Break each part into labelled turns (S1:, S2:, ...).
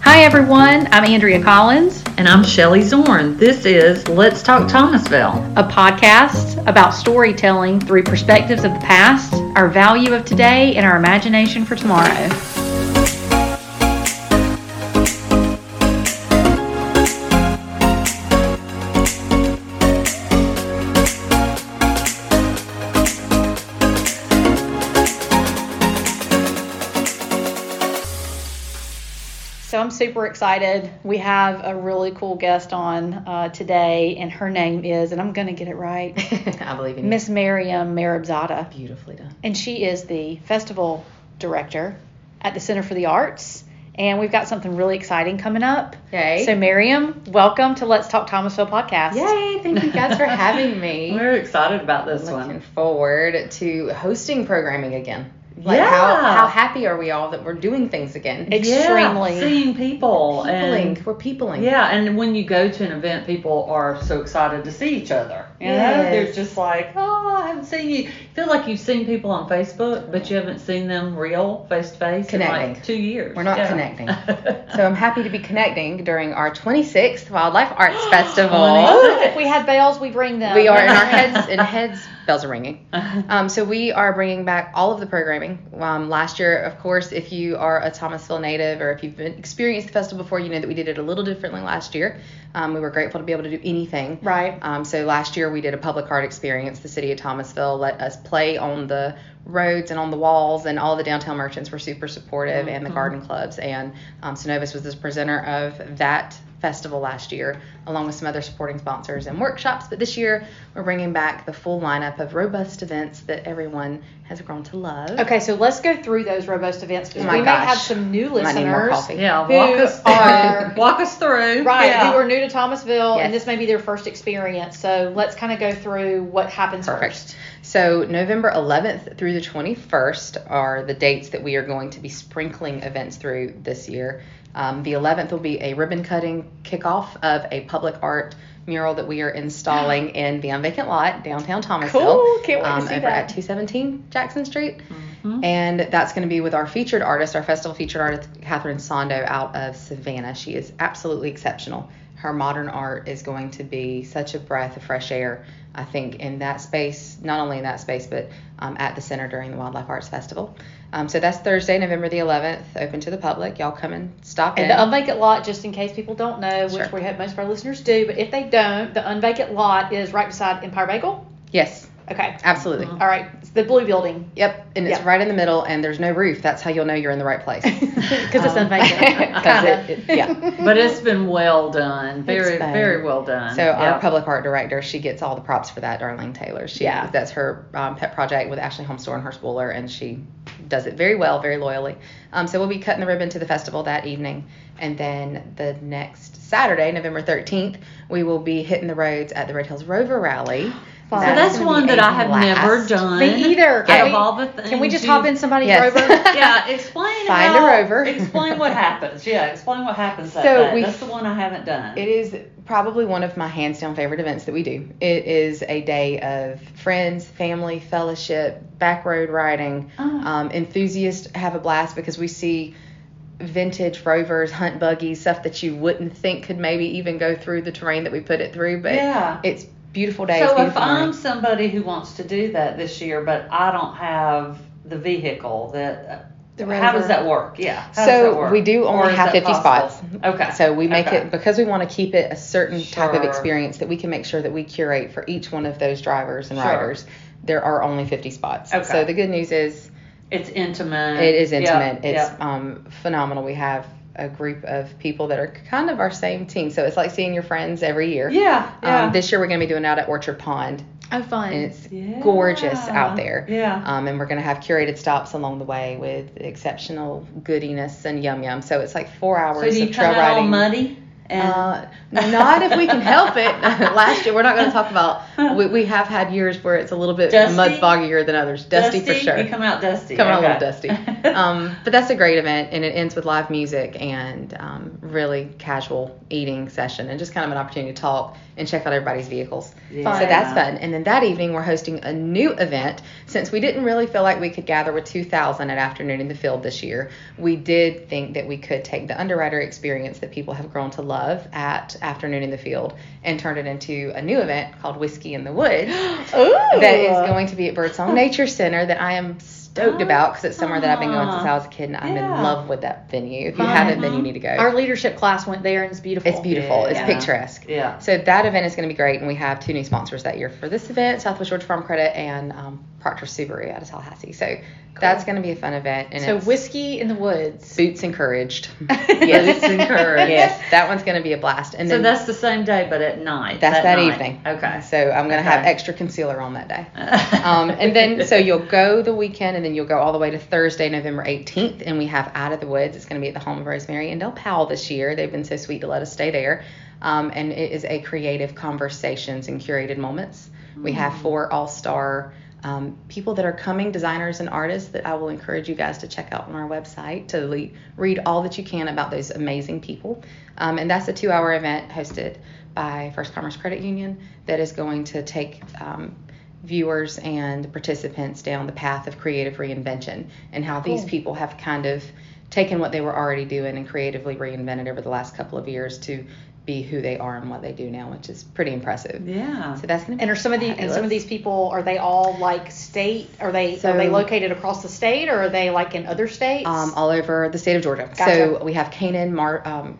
S1: Hi, everyone. I'm Andrea Collins,
S2: And I'm Shelley Zorn. This is Let's Talk Thomasville.
S1: a podcast about storytelling through perspectives of the past, our value of today, and our imagination for tomorrow. So I'm super excited. We have a really cool guest on uh, today, and her name is, and I'm going to get it right,
S2: I believe in
S1: Miss Miriam Maribzada.
S2: Beautifully done.
S1: And she is the festival director at the Center for the Arts. And we've got something really exciting coming up.
S3: Yay.
S1: So, Miriam, welcome to Let's Talk Thomasville podcast.
S3: Yay, thank you guys for having me.
S2: We're excited about this
S3: Looking
S2: one.
S3: forward to hosting programming again. Like
S2: Yeah.
S3: how, how happy are we all that we're doing things again?
S1: Ex- Extremely.
S2: Yeah, seeing people
S3: Peopling.
S2: and
S3: we're peopling.
S2: yeah, and when you go to an event, people are so excited to see each other. You know,
S3: Yes.
S2: they're just like, oh, I haven't seen you. Feel like you've seen people on Facebook, but you haven't seen them real face to face in like
S3: Connecting.
S2: two years.
S3: We're not connecting. So I'm happy to be connecting during our 26th Wildlife Arts Festival.
S1: If we had bells, we bring them.
S3: we are in our heads and heads bells are ringing. Um, so we are bringing back all of the programming. Um, last year, of course, if you are a Thomasville native or if you've been experienced the festival before, you know that we did it a little differently last year. Um, we were grateful to be able to do anything.
S1: Right.
S3: Um, so last year we did a public art experience. The city of Thomasville let us play on the roads and on the walls, and all the downtown merchants were super supportive, and the garden clubs. And um, Synovus was the presenter of that festival last year, along with some other supporting sponsors and workshops. But this year we're bringing back the full lineup of robust events that everyone has grown to love.
S1: Okay, so let's go through those robust events because
S3: Oh my
S1: we may
S3: gosh.
S1: have some new
S3: Might need more
S1: listeners.
S3: coffee.
S2: Yeah,
S1: Who
S2: walk us through.
S1: are-
S2: walk us through.
S1: Right,
S2: Yeah.
S1: who are new to Thomasville, and
S3: Yes.
S1: this may be their first experience. So let's kind of go through what happens first.
S3: Perfect. So November 11th through the 21st are the dates that we are going to be sprinkling events through this year. Um, the 11th will be a ribbon cutting kickoff of a public art mural that we are installing in the vacant lot downtown Thomasville.
S1: Cool, can't wait to
S3: um,
S1: see
S3: over
S1: that. Mm-hmm.
S3: at 217 Jackson Street. And that's going to be with our featured artist, our festival featured artist, Catherine Sondo out of Savannah. She is absolutely exceptional. Her modern art is going to be such a breath of fresh air, I think, in that space, not only in that space, but um, at the center during the Wildlife Arts Festival. Um, so that's Thursday, November the 11th, open to the public. Y'all come and stop
S1: And
S3: in.
S1: the unvacant lot, just in case people don't know, which
S3: Sure.
S1: we hope most of our listeners do, but if they don't, the unvacant lot is right beside Empire Bagel.
S3: yes,
S1: Okay.
S3: absolutely.
S1: All right. It's the blue building
S3: Yep, and it's
S1: Yeah.
S3: right in the middle, and there's no roof. That's how you'll know you're in the right place.
S1: because it's
S3: Um,
S1: unvacant.
S3: 'cause it-
S1: Kinda.
S3: it- yeah.
S2: but it's been well done. Very,
S3: been-
S2: very well done.
S3: So
S2: Yeah.
S3: our public art director, she gets all the props for that, Darlene Taylor. She,
S1: Yeah.
S3: That's her um, pet project with Ashley Homestore and her spooler, and she does it very well, very loyally. Um, so we'll be cutting the ribbon to the festival that evening, and then the next Saturday, November 13th, we will be hitting the roads at the Red Hills Rover Rally.
S1: Fun.
S2: So that's one that I have never done.
S1: Me either.
S2: Out
S1: Can
S2: of
S1: we-
S2: all the things.
S1: Can we just
S2: you-
S1: hop in somebody's
S3: Yes.
S1: rover?
S2: Yeah, explain
S3: Find a
S2: how,
S3: rover.
S2: explain what happens. Yeah, explain what happens that
S3: So
S2: day.
S3: we-
S2: That's the one I haven't done.
S3: It is probably one of my hands down favorite events that we do. It is a day of friends, family, fellowship, back road riding.
S2: Oh.
S3: Um, enthusiasts have a blast because we see vintage rovers, hunt buggies, stuff that you wouldn't think could maybe even go through the terrain that we put it through. But
S2: Yeah.
S3: it's beautiful days.
S2: so if
S3: beautiful
S2: I'm
S3: nights.
S2: somebody who wants to do that this year, but I don't have the vehicle that. uh,
S1: The
S2: how
S1: rover.
S2: does that work? Yeah. How does that
S3: So
S2: work?
S3: we do
S2: Or
S3: only
S2: is
S3: have
S2: that
S3: 50
S2: possible?
S3: spots.
S2: Okay.
S3: So we make
S2: Okay.
S3: it because we want to keep it a certain type of
S2: Sure.
S3: experience that we can make sure that we curate for each one of those drivers and
S2: Sure.
S3: riders. There are only 50 spots.
S2: Okay.
S3: So the good news is
S2: It's intimate.
S3: it is intimate.
S2: Yeah,
S3: it's
S2: yeah.
S3: um, phenomenal. We have a group of people that are kind of our same team. So it's like seeing your friends every year.
S2: Yeah. yeah.
S3: Um, this year we're going to be doing out at Orchard Pond,
S1: Oh, fun.
S3: and it's
S2: Yeah.
S3: gorgeous out there.
S2: Yeah.
S3: Um, and we're going to have curated stops along the way with exceptional goodiness and yum yum. So it's like four
S2: so
S3: hours
S2: do you
S3: of
S2: come
S3: trail
S2: out all
S3: riding.
S2: muddy?
S1: And
S3: Uh, not if we can help it. Last year, we're not going to talk about. We, we have had years where it's a little bit
S2: Dusty?
S3: mud foggier than others. Dusty, for sure.
S2: You come out dusty.
S3: Coming out a little
S2: Okay.
S3: dusty. um, but that's a great event, and it ends with live music and um, really casual eating session, and just kind of an opportunity to talk and check out everybody's vehicles.
S2: Yeah.
S3: So that's fun. And then that evening, we're hosting a new event. Since we didn't really feel like we could gather with 2,000 at afternoon in the field this year, we did think that we could take the underwriter experience that people have grown to love at afternoon in the field and turn it into a new event called Whiskey in the Woods
S1: ooh,
S3: that is going to be at Birdsong Nature Center that I am stoked about because it's somewhere that I've been going since I was a kid and I'm
S2: Yeah. Uh-huh.
S3: in love with that venue. If you
S1: Fun.
S3: haven't, then you need to go.
S1: Our leadership class went there and it's beautiful.
S3: it's beautiful. It's
S1: Yeah.
S3: picturesque.
S2: Yeah.
S3: So that event is going to be great, and we have two new sponsors that year for this event: Southwest Georgia Farm Credit and um, Proctor Subaru out of Tallahassee. So that's going to be a fun event. And
S1: so
S3: it's
S1: whiskey in the woods.
S3: boots encouraged. yes,
S2: Boots encouraged.
S3: Yes, that one's going to be a blast. And
S2: so
S3: then
S2: that's the same day, but at night.
S3: that's that,
S2: night.
S3: evening.
S2: Okay.
S3: So I'm going to have
S2: Okay.
S3: extra concealer on that day. Um, and then so you'll go the weekend, and then you'll go all the way to Thursday, November 18th, and we have Out of the Woods. It's going to be at the home of Rosemary and Del Powell this year. They've been so sweet to let us stay there, um, and it is a creative conversations and curated moments. We have four all-star. Um, people that are coming, designers and artists, that I will encourage you guys to check out on our website to le- read all that you can about those amazing people. Um, and that's a two hour event hosted by First Commerce Credit Union that is going to take um, viewers and participants down the path of creative reinvention and how these
S1: Cool.
S3: people have kind of taken what they were already doing and creatively reinvented over the last couple of years to be who they are and what they do now, which is pretty impressive.
S2: yeah.
S3: So that's going to be
S1: And are some of the and some of
S3: fabulous.
S1: these people are they all like state? Are they
S3: So-
S1: are they located across the state or are they like in other states?
S3: um, all over the state of Georgia.
S1: Gotcha.
S3: So we have Kanan Mar. Um,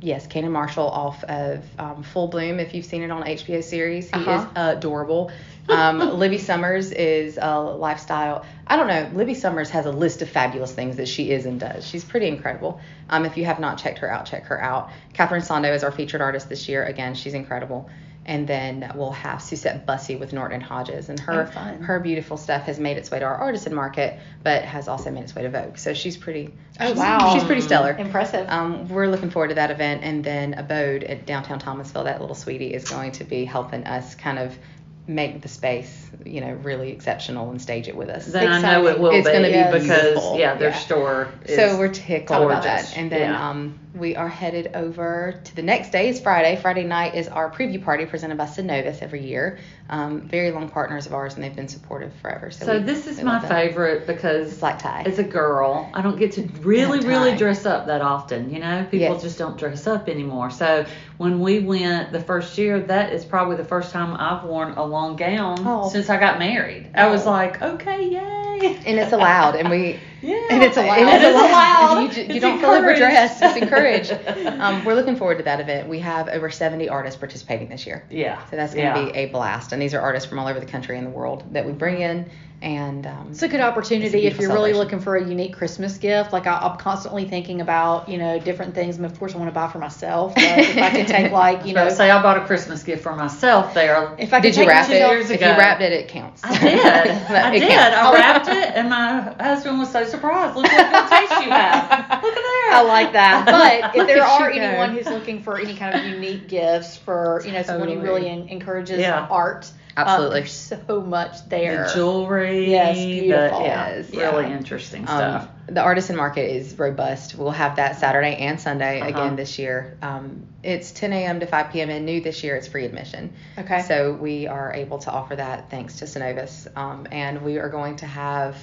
S3: Yes, Kanan Marshall off of um, Full Bloom. If you've seen it on HBO series, he
S1: Uh-huh.
S3: is adorable. Um, Libby Summers is a lifestyle. I don't know. Libby Summers has a list of fabulous things that she is and does. She's pretty incredible. Um, if you have not checked her out, check her out. Catherine Sando is our featured artist this year. Again, she's incredible. And then we'll have Susette Bussey with Norton Hodges, and her
S1: Oh, fun.
S3: her beautiful stuff has made its way to our artisan market, but has also made its way to Vogue. So she's pretty.
S1: Oh,
S3: she's,
S1: wow.
S3: She's pretty stellar.
S1: impressive.
S3: Um, we're looking forward to that event, and then Abode at downtown Thomasville. That little sweetie is going to be helping us kind of make the space, you know, really exceptional and stage it with us.
S2: Then I know it will
S3: It's
S2: be,
S3: gonna be
S2: because
S3: beautiful.
S2: yeah, their
S3: Yeah.
S2: store. Is,
S3: so we're tickled about
S2: gorgeous.
S3: that. And then
S2: Yeah.
S3: um, we are headed over to the next day is Friday. Friday night is our preview party presented by Synovus every year. Um, very long partners of ours, and they've been supportive forever. So,
S2: So
S3: we-
S2: this is
S3: we
S2: my
S3: love them.
S2: favorite because
S3: It's like tie.
S2: as a girl, I don't get to really,
S3: That
S2: really
S3: time.
S2: dress up that often. You know, people
S3: Yes.
S2: just don't dress up anymore. So when we went the first year, that is probably the first time I've worn a long gown
S3: Oh.
S2: since I got married. I was
S1: Oh.
S2: like, okay, yay.
S3: and it's allowed, and we
S2: Yeah.
S1: And it's allowed.
S3: And
S1: It is
S3: it's allowed.
S1: allowed.
S3: You, ju- you
S2: It's
S3: don't feel overdressed. It's
S2: encouraged.
S3: encouraged. um, we're looking forward to that event. We have over 70 artists participating this year.
S2: Yeah.
S3: So that's going to
S2: Yeah.
S3: be a blast. And these are artists from all over the country and the world that we bring in. And um,
S1: It's a good opportunity if
S3: beautiful
S1: you're really
S3: celebration.
S1: looking for a unique Christmas gift. Like I, I'm constantly thinking about, you know, different things. And of course, I want to buy for myself. But if I can take like, you
S2: I was
S1: know,
S2: about to say I bought a Christmas gift for myself there.
S1: if I
S3: did
S1: can
S3: you
S1: take
S3: wrap
S2: two
S3: it?
S1: myself-
S2: years
S3: if
S2: ago.
S3: you wrapped it, it counts.
S2: I did. I
S3: It
S2: did.
S3: counts.
S2: I wrapped it, and my husband was so surprised. Look what good taste you have. Look at there.
S1: I like that. But if
S3: Look
S1: there
S3: at
S1: are
S3: you go.
S1: anyone who's looking for any kind of unique gifts for, you know, someone who
S2: Totally.
S1: really en- encourages
S2: Yeah.
S1: art, uh,
S3: Absolutely.
S1: there's so much there.
S2: The jewelry.
S1: Yes,
S2: the-
S1: beautiful.
S2: yeah,
S3: Yes.
S2: Really
S1: Yeah.
S2: interesting
S3: Um,
S2: stuff.
S3: the artisan market is robust. We'll have that Saturday and Sunday
S2: Uh-huh.
S3: again this year. Um, it's 10 a.m. to 5 p.m. and new this year. It's free admission.
S1: Okay.
S3: So we are able to offer that thanks to Synovus. Um, and we are going to have,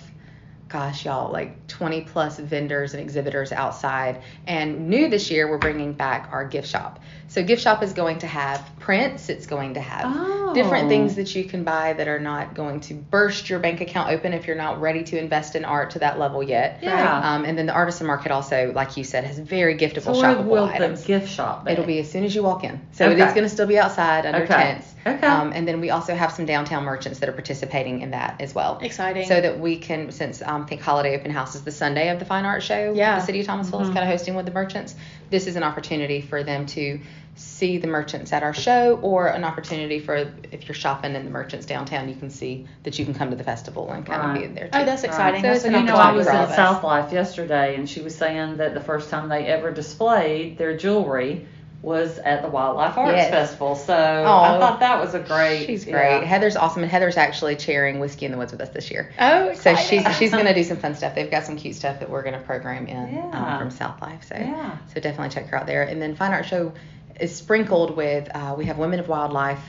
S3: gosh, y'all, like 20 plus vendors and exhibitors outside. And new this year, we're bringing back our gift shop. So gift shop is going to have prints. It's going to have different
S2: Oh.
S3: things that you can buy that are not going to burst your bank account open if you're not ready to invest in art to that level yet.
S2: Yeah.
S3: Um, and then the artisan market also, like you said, has very
S2: So
S3: giftable
S2: where
S3: shoppable
S2: will
S3: items.
S2: the gift shop be?
S3: It'll be as soon as you walk in. So it
S2: Okay.
S3: is going to still be outside under
S2: Okay.
S3: tents.
S2: Okay.
S3: Um, and then we also have some downtown merchants that are participating in that as well.
S1: Exciting.
S3: So that we can, since um, think Holiday Open House is the Sunday of the Fine Art Show,
S1: Yeah.
S3: the City of Thomasville
S2: Mm-hmm.
S3: is kind of hosting with the merchants. This is an opportunity for them to see the merchants at our show, or an opportunity for if you're shopping in the merchants downtown, you can see that you can come to the festival and kind
S2: Right.
S3: of be there too.
S1: oh, that's exciting.
S3: So
S1: that's
S3: it's
S1: an
S2: you know, I
S1: opportunity
S2: was
S1: for
S2: in
S1: all of us.
S2: South Life yesterday, and she was saying that the first time they ever displayed their jewelry was at the Wildlife Arts
S3: Yes.
S2: Festival. So
S3: Oh,
S2: I thought that was a great.
S3: She's great.
S2: yeah.
S3: Heather's awesome, and Heather's actually chairing Whiskey in the Woods with us this year.
S1: Oh,
S3: So
S1: exciting.
S3: she's she's gonna do some fun stuff. They've got some cute stuff that we're gonna program in um,
S2: Yeah.
S3: from South Life. So
S2: Yeah.
S3: so definitely check her out there. And then Fine Art Show is sprinkled with uh, we have Women of Wildlife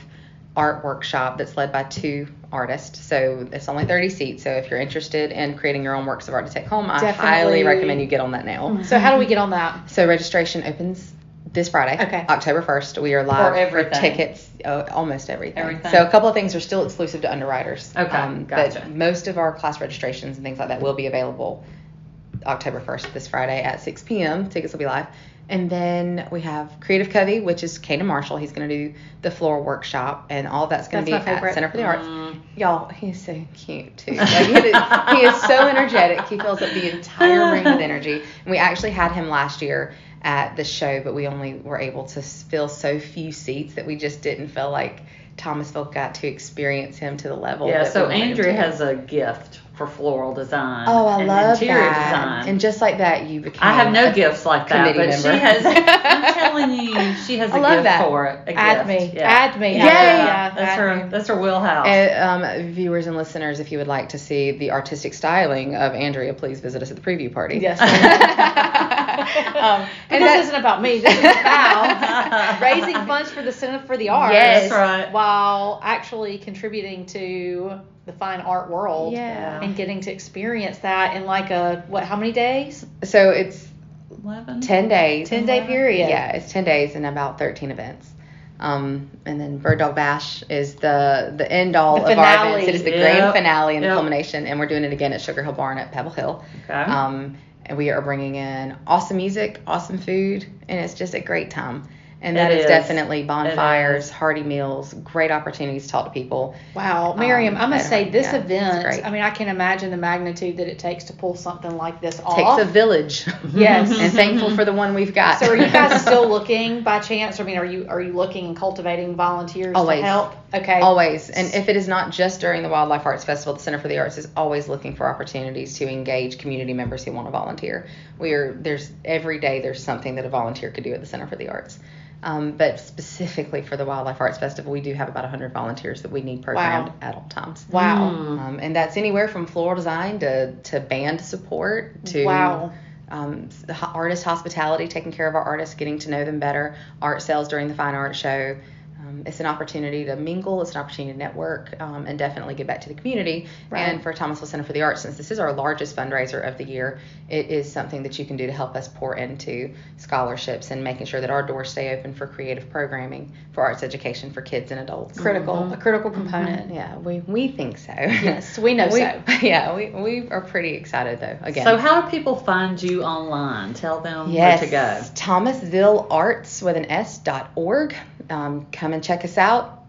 S3: art workshop that's led by two artists. So it's only 30 seats. So if you're interested in creating your own works of art to take home, I highly
S1: Definitely. Mm-hmm.
S3: recommend you get on that now.
S1: So how do we get on that?
S3: So registration opens this Friday,
S1: Okay.
S3: October 1st. We are live
S2: For everything.
S3: tickets, uh, almost everything.
S2: Everything.
S3: So a couple of things are still exclusive to underwriters. um,
S2: Okay, gotcha.
S3: But most of our class registrations and things like that will be available October 1st, this Friday at 6 p.m. Tickets will be live. And then we have Creative Covey, which is Kaden Marshall. He's going to do the floor workshop, and all that's going to
S1: That's
S3: be
S1: my
S3: at
S1: favorite.
S3: Center for the Arts.
S2: Mm.
S3: Y'all, he's so cute too. Like, he, is, he is so energetic. He fills up the entire room with energy. And we actually had him last year at the show, but we only were able to s- fill so few seats that we just didn't feel like Thomasville got to experience him to the level.
S2: Yeah,
S3: that
S2: so
S3: we wanted him
S2: Andrea
S3: to.
S2: has a gift for floral design.
S3: Oh, I
S2: and
S3: love
S2: interior
S3: that.
S2: design.
S3: And just like that, you became.
S2: I have no
S3: a-
S2: gifts like that,
S3: committee
S2: but she
S3: member.
S2: has. I'm telling you, she has a
S3: I love
S2: gift
S3: that.
S2: for it. A
S1: Add
S2: gift.
S1: me.
S2: Yeah.
S1: Add me.
S2: Yeah,
S3: Yay.
S1: Yeah,
S2: that's
S1: add
S2: her.
S1: me.
S2: That's her wheelhouse.
S3: And, um, viewers and listeners, if you would like to see the artistic styling of Andrea, please visit us at the preview party.
S1: Yes.
S3: Um,
S1: But
S3: and
S1: this
S3: that-
S1: isn't about me. This is about raising funds for the Center for the Arts.
S3: Yes.
S2: That's right.
S1: While actually contributing to the fine art world
S3: Yeah.
S1: and getting to experience that in like a what? How many days?
S3: So it's
S2: Eleven.
S3: 10 days.
S1: Ten day period.
S3: Yeah, it's 10 days and about 13 events. Um, and then Bird Dog Bash is the the end all
S1: The
S3: of our
S1: finale.
S3: events. It is the
S2: Yep.
S3: grand finale and
S2: Yep.
S3: culmination, and we're doing it again at Sugar Hill Barn at Pebble Hill.
S2: Okay.
S3: Um, and we are bringing in awesome music, awesome food, and it's just a great time. And
S2: It
S3: that is,
S2: is.
S3: definitely bonfires,
S2: is.
S3: hearty meals, great opportunities to talk to people.
S1: Wow, Miriam,
S3: Um,
S1: I
S3: I
S1: must say
S3: don't-
S1: this
S3: yeah, it's great.
S1: event. I mean, I can imagine the magnitude that it takes to pull something like this
S3: Takes
S1: off.
S3: a village.
S1: yes.
S3: and thankful for the one we've got.
S1: So are you guys still looking by chance? I mean, are you are you looking and cultivating volunteers
S3: Always.
S1: to help? Okay.
S3: Always. And if it is not just during the Wildlife Arts Festival, the Center for the Arts is always looking for opportunities to engage community members who want to volunteer. We are there's every day there's something that a volunteer could do at the Center for the Arts. Um, but specifically for the Wildlife Arts Festival, we do have about 100 volunteers that we need programmed
S1: Wow.
S3: at all times.
S1: Wow.
S3: Um, and that's anywhere from floral design to, to band support to
S1: Wow.
S3: um, s- ho- artist hospitality, taking care of our artists, getting to know them better, art sales during the fine art show. Um, it's an opportunity to mingle, it's an opportunity to network, um, and definitely give back to the community.
S1: Right.
S3: And for Thomasville Center for the Arts, since this is our largest fundraiser of the year, it is something that you can do to help us pour into scholarships and making sure that our doors stay open for creative programming for arts education for kids and adults. Mm-hmm.
S1: Critical. A critical component.
S3: Yeah, we, we think so.
S1: Yes, we know
S3: we,
S1: so.
S3: Yeah, we, we are pretty excited though. Again,
S2: So how do people find you online? Tell them
S3: Yes.
S2: where to go.
S3: Thomasville Arts with an S dot org. Um, come and check us out.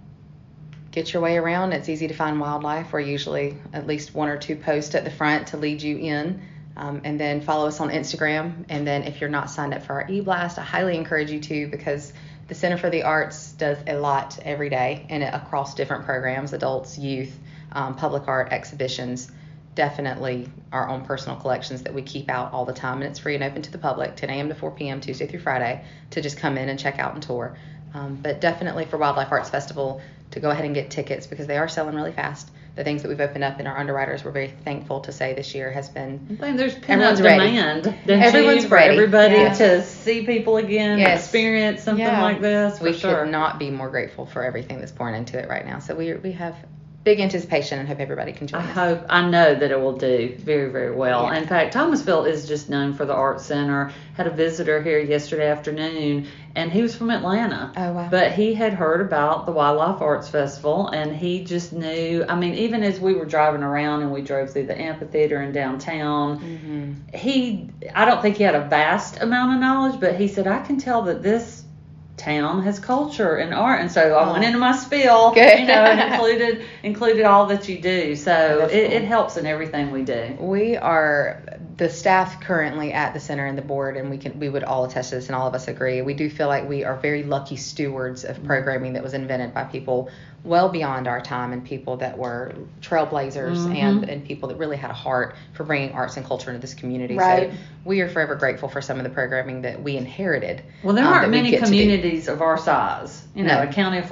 S3: Get your way around. It's easy to find wildlife. We're usually at least one or two posts at the front to lead you in. Um, and then follow us on Instagram. And then if you're not signed up for our e blast, I highly encourage you to because the Center for the Arts does a lot every day and across different programs adults, youth, um, public art, exhibitions definitely our own personal collections that we keep out all the time and it's free and open to the public 10 a.m to 4 p.m tuesday through friday to just come in and check out and tour um, but definitely for wildlife arts festival to go ahead and get tickets because they are selling really fast the things that we've opened up in our underwriters we're very thankful to say this year has been
S2: I think there's pent up
S3: Everyone's ready.
S2: demand. don't you,
S3: Everyone's
S2: for
S3: ready.
S2: Everybody
S1: Yeah.
S2: to see people again,
S3: Yes.
S2: experience something
S1: Yeah.
S2: like this. For
S3: we
S2: sure.
S3: could not be more grateful for everything that's pouring into it right now so we, we have big anticipation and hope everybody can join
S2: I
S3: us
S2: hope I know that it will do very very well.
S3: Yeah.
S2: In fact, Thomasville is just known for the art center. Had a visitor here yesterday afternoon, and he was from Atlanta.
S3: Oh, wow.
S2: But he had heard about the Wildlife Arts Festival, and he just knew. I mean, even as we were driving around and we drove through the amphitheater in downtown,
S3: Mm-hmm.
S2: he I don't think he had a vast amount of knowledge, but he said I can tell that this town has culture and art and so I went into my spiel
S3: Good.
S2: you know and included included all that you do so
S3: That's
S2: it,
S3: cool.
S2: it helps in everything we do
S3: We are the staff currently at the center and the board, and we can we would all attest to this, and all of us agree. We do feel like we are very lucky stewards of programming that was invented by people well beyond our time and people that were trailblazers and, and people that really had a heart for bringing arts and culture into this community.
S1: Right.
S3: So we are forever grateful for some of the programming that we inherited.
S2: Well, there
S3: um,
S2: aren't
S3: that we
S2: many
S3: get to do.
S2: communities of our size, you know,
S3: No.
S2: a county of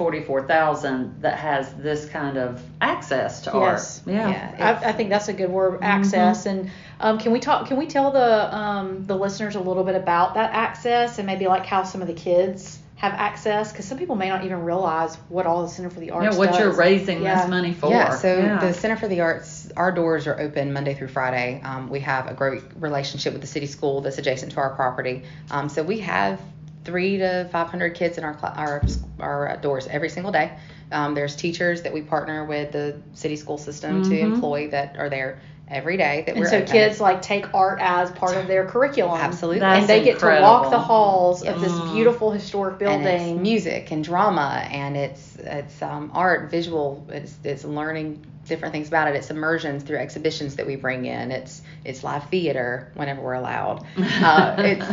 S2: 44,000 that has this kind of access to
S1: Yes.
S2: art. Yeah.
S3: Yeah. Mm-hmm.
S1: I, I think that's a good word, access. And um, can we talk? Can we tell the um, the listeners a little bit about that access and maybe like how some of the kids have access? Because some people may not even realize what all the Center for the
S2: You
S1: Arts.
S2: know, what
S1: does.
S2: you're raising
S1: Yeah.
S2: this money for.
S3: Yeah, so
S2: Yeah.
S3: the Center for the Arts, our doors are open Monday through Friday. Um, we have a great relationship with the city school that's adjacent to our property. Um, so we have three to 500 kids in our, cla our, our doors every single day. Um, there's teachers that we partner with the city school system to employ that are there every day that
S1: And
S3: we're
S1: so
S3: open.
S1: kids like take art as part of their curriculum.
S3: Absolutely. Mm.
S2: That's
S1: and they get to walk the
S2: incredible.
S1: halls of this beautiful historic building.
S3: And it's music and drama and it's it's um, art, visual. It's it's learning different things about it. It's immersions through exhibitions that we bring in. It's it's live theater whenever we're allowed. Uh, it's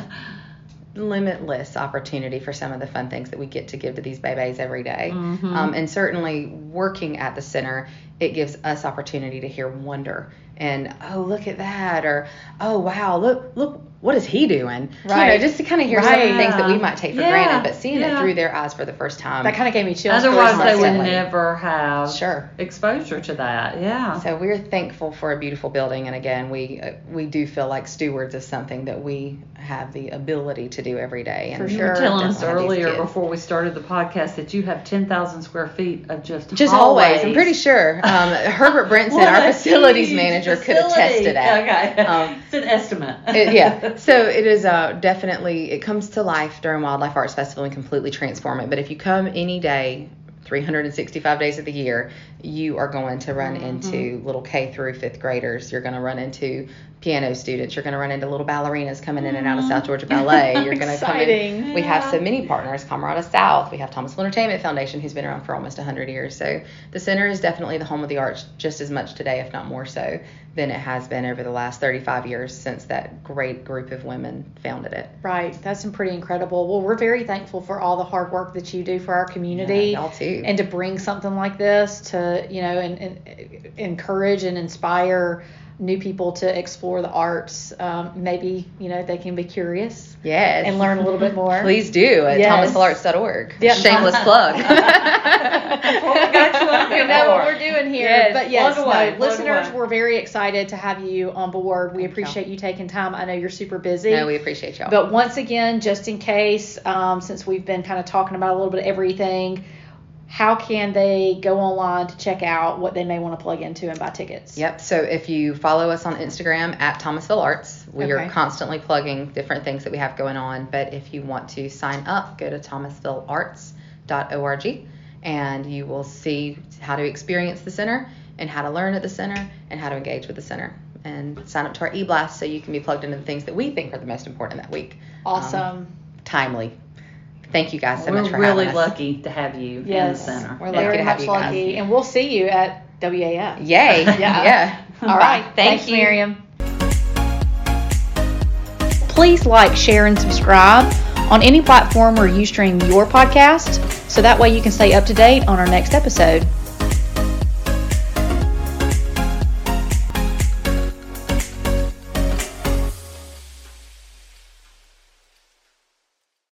S3: limitless opportunity for some of the fun things that we get to give to these babies every day.
S2: Mm-hmm.
S3: Um, and certainly working at the center, it gives us opportunity to hear wonder and oh look at that or oh wow look look what is he doing you
S1: Right.
S3: know just to kind of hear some of the
S2: Right.
S3: things that we might take for
S2: Yeah.
S3: granted but seeing
S2: Yeah.
S3: it through their eyes for the first time
S1: that kind of gave me chills.
S2: Otherwise, they would
S3: constantly.
S2: never have
S3: sure
S2: exposure to that. Yeah.
S3: So we're thankful for a beautiful building, and again, we uh, we do feel like stewards is something that we have the ability to do every day. And
S1: For
S2: you
S1: sure.
S2: were telling us
S3: don't have these
S2: earlier
S3: kids.
S2: before we started the podcast that you have 10,000 square feet of just
S3: Just
S2: hallways.
S3: always. I'm pretty sure um, Herbert Brent said
S2: What a
S3: our facilities
S2: huge
S3: manager could
S2: facility.
S3: attest to that.
S2: Okay.
S3: Um,
S2: it's an estimate.
S3: it, yeah. So it is uh, definitely it comes to life during Wildlife Arts Festival and completely transform it. But if you come any day, 365 days of the year, you are going to run into little K through fifth graders. You're going to run into piano students. You're going to run into little ballerinas coming in and out of South Georgia Ballet. You're going to come in.
S1: Exciting.
S3: We have
S2: Yeah.
S3: so many partners, Camarada South. We have Thomasville Entertainment Foundation, who's been around for almost 100 years. So the center is definitely the home of the arts just as much today, if not more so, than it has been over the last 35 years since that great group of women founded it.
S1: Right, that's some pretty incredible. Well, we're very thankful for all the hard work that you do for our community.
S3: Yeah, y'all too.
S1: And to bring something like this to, you know, and, and encourage and inspire new people to explore the arts. Um, maybe, you know, they can be curious
S3: Yes.
S1: and learn a little bit more.
S3: Please do at
S1: Yes.
S3: thomasvillarts.org.
S1: Yeah.
S3: Shameless plug.
S2: got you on
S1: you
S2: here
S1: know what
S2: for.
S1: we're doing here.
S3: Yes,
S1: But yes,
S2: plug away,
S1: no,
S2: plug
S1: listeners,
S2: away.
S1: we're very excited to have you on board. We appreciate you taking time. I know you're super busy.
S3: no, we appreciate y'all.
S1: But once again, just in case, um, since we've been kind of talking about a little bit of everything, how can they go online to check out what they may want to plug into and buy tickets?
S3: Yep. So if you follow us on Instagram at Thomasville Arts, we
S1: Okay.
S3: are constantly plugging different things that we have going on. But if you want to sign up, go to thomasvillearts.org and you will see how to experience the center and how to learn at the center and how to engage with the center. And sign up to our e blast so you can be plugged into the things that we think are the most important that week. Um,
S1: Awesome.
S3: Timely. Thank you guys so
S2: We're
S3: much for
S2: really
S3: having us.
S2: lucky to have you
S1: Yes.
S2: in the center.
S3: We're
S2: Yeah.
S3: lucky
S1: Very
S3: to have
S1: much
S3: you guys.
S1: lucky. And we'll see you at WAF.
S3: Yay.
S1: Yeah.
S3: yeah.
S1: All right.
S3: Thank
S1: Thanks,
S3: you.
S1: Miriam. Please like, share, and subscribe on any platform where you stream your podcast so that way you can stay up to date on our next episode.